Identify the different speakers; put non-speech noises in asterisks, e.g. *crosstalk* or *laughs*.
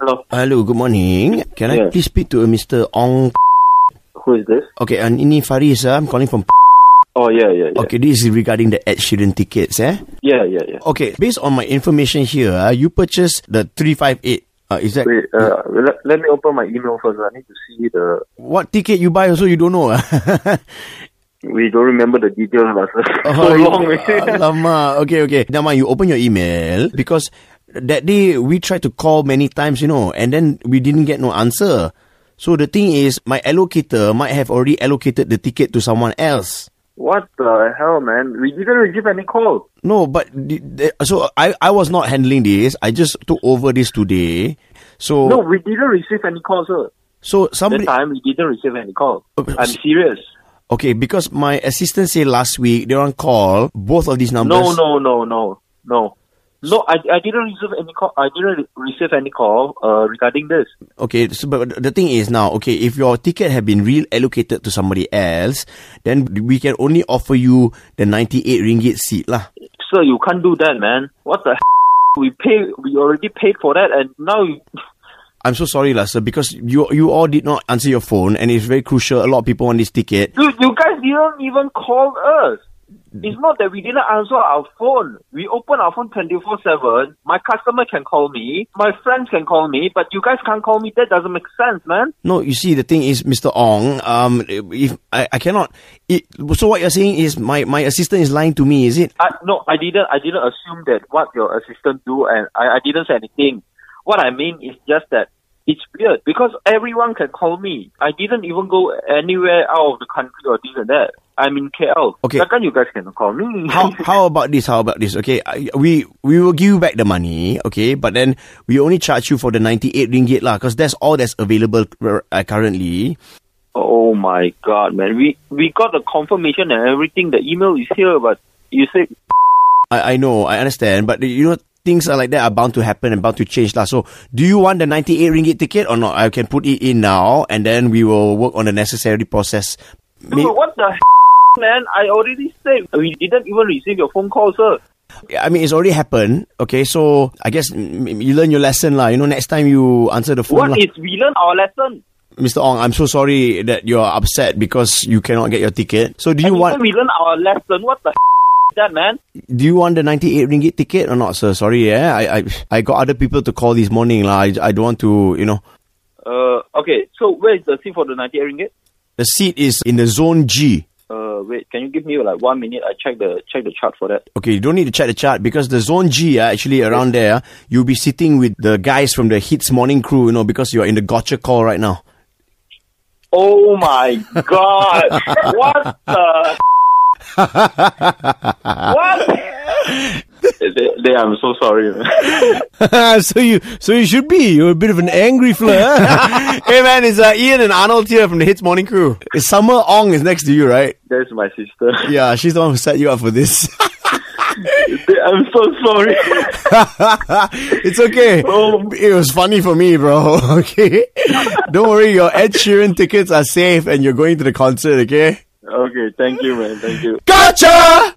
Speaker 1: Hello.
Speaker 2: Hello, good morning. Can I
Speaker 1: Yes.
Speaker 2: please speak to uh, Mr. Ong?
Speaker 1: Who is this?
Speaker 2: Okay, and ini Faris. ah. I'm calling from.
Speaker 1: Oh yeah, yeah, yeah.
Speaker 2: Okay, this is regarding the Ed Sheeran tickets. Eh?
Speaker 1: Yeah, yeah, yeah.
Speaker 2: Okay, based on my information here, ah, you purchased the three five eight. Uh, is that
Speaker 1: Wait, uh, let, let me open my email first. I need to see the.
Speaker 2: what ticket you buy? Also, you don't know. ah?
Speaker 1: We don't remember the details, lah. sir. *laughs* so
Speaker 2: *laughs* Oh, you-
Speaker 1: long. eh.
Speaker 2: Alamak. Okay, okay. Never mind, you open your email because that day we tried to call many times, you know, and then we didn't get no answer. So the thing is, my allocator might have already allocated the ticket to someone else.
Speaker 1: *laughs* what the hell, man? We didn't receive any call.
Speaker 2: No, but the- the- so I, I was not handling this. I just took over this today. So
Speaker 1: No, we didn't receive any call, sir.
Speaker 2: so
Speaker 1: That
Speaker 2: somebody
Speaker 1: time we didn't receive any call.
Speaker 2: Oh, but-
Speaker 1: I'm serious.
Speaker 2: okay because my assistant said last week they on call both of these numbers.
Speaker 1: No, no, no, no, no. No, I, I didn't receive any call. I didn't re- receive any call uh, regarding this.
Speaker 2: Okay, so, but the thing is now, okay, if your ticket had been reallocated to somebody else, then we can only offer you the 98 ringgit seat lah.
Speaker 1: Sir, you can't do that, man. What the? *laughs* We pay. We already paid for that, and now you,
Speaker 2: I'm so sorry lah, sir, because you you all did not answer your phone and it's very crucial. A lot of people want this ticket.
Speaker 1: Dude, you guys didn't even call us. It's not that we didn't answer our phone. We open our phone 24-7. My customer can call me. My friends can call me. But you guys can't call me. That doesn't make sense, man.
Speaker 2: No, you see, the thing is, Mr. Ong, um, if I, I cannot, it, so what you're saying is my, my assistant is lying to me, is it?
Speaker 1: I, no, I didn't. I didn't assume that what your assistant do, and I, I didn't say anything. What I mean is just that it's weird because everyone can call me. I didn't even go anywhere out of the country or this and that. I'm in KL.
Speaker 2: Okay.
Speaker 1: How come you guys can call me? *laughs*
Speaker 2: How, how about this? How about this? Okay, I- we we will give you back the money, okay, but then we only charge you for the 98 ringgit lah, because that's all that's available uh, currently.
Speaker 1: Oh my god, man! We we got the confirmation and everything. The email is here, but you said
Speaker 2: I, I know, I understand, but you know, things are like that are bound to happen and bound to change lah. So, do you want the 98 ringgit ticket or not? I can put it in now and then we will work on the necessary process.
Speaker 1: Dude,
Speaker 2: May-
Speaker 1: what the *laughs* man? I already said we didn't even receive your phone call, sir.
Speaker 2: I mean, it's already happened. Okay, so I guess mm, mm, you learn your lesson, lah. You know, next time you answer the
Speaker 1: What
Speaker 2: phone, lah.
Speaker 1: is we learn our lesson?
Speaker 2: Mr. Ong, I'm so sorry that you're upset because you cannot get your ticket. So, do you
Speaker 1: And
Speaker 2: want
Speaker 1: we learn our lesson? What the *laughs* is that man?
Speaker 2: do you want the 98 ringgit ticket or not, sir? Sorry, yeah, I I, I got other people to call this morning, lah. I, I don't want to, you know.
Speaker 1: Uh, okay. So where is the seat for the ninety eight ringgit?
Speaker 2: The seat is in the zone G.
Speaker 1: Uh, wait. Can you give me like one minute? I check the check the chart for that.
Speaker 2: Okay, you don't need to check the chart because the zone G, uh, actually around there, ah, you'll be sitting with the guys from the Hits Morning Crew, you know, because you're in the gotcha call right now.
Speaker 1: Oh my god! what the? what? They, they, I'm so sorry. Man. *laughs*
Speaker 2: *laughs* so you so you should be. You're a bit of an angry flirt. *laughs* hey man, it's uh, Ian and Arnold here from the Hits Morning Crew. Summer Ong is next to you, right?
Speaker 1: That's my sister.
Speaker 2: Yeah, she's the one who set you up for this. *laughs*
Speaker 1: *laughs* I'm so sorry.
Speaker 2: it's okay.
Speaker 1: Oh.
Speaker 2: It was funny for me, bro. *laughs* Okay. Don't worry, your Ed Sheeran tickets are safe and you're going to the concert, okay?
Speaker 1: okay, thank you, man. Thank you.
Speaker 2: Gotcha!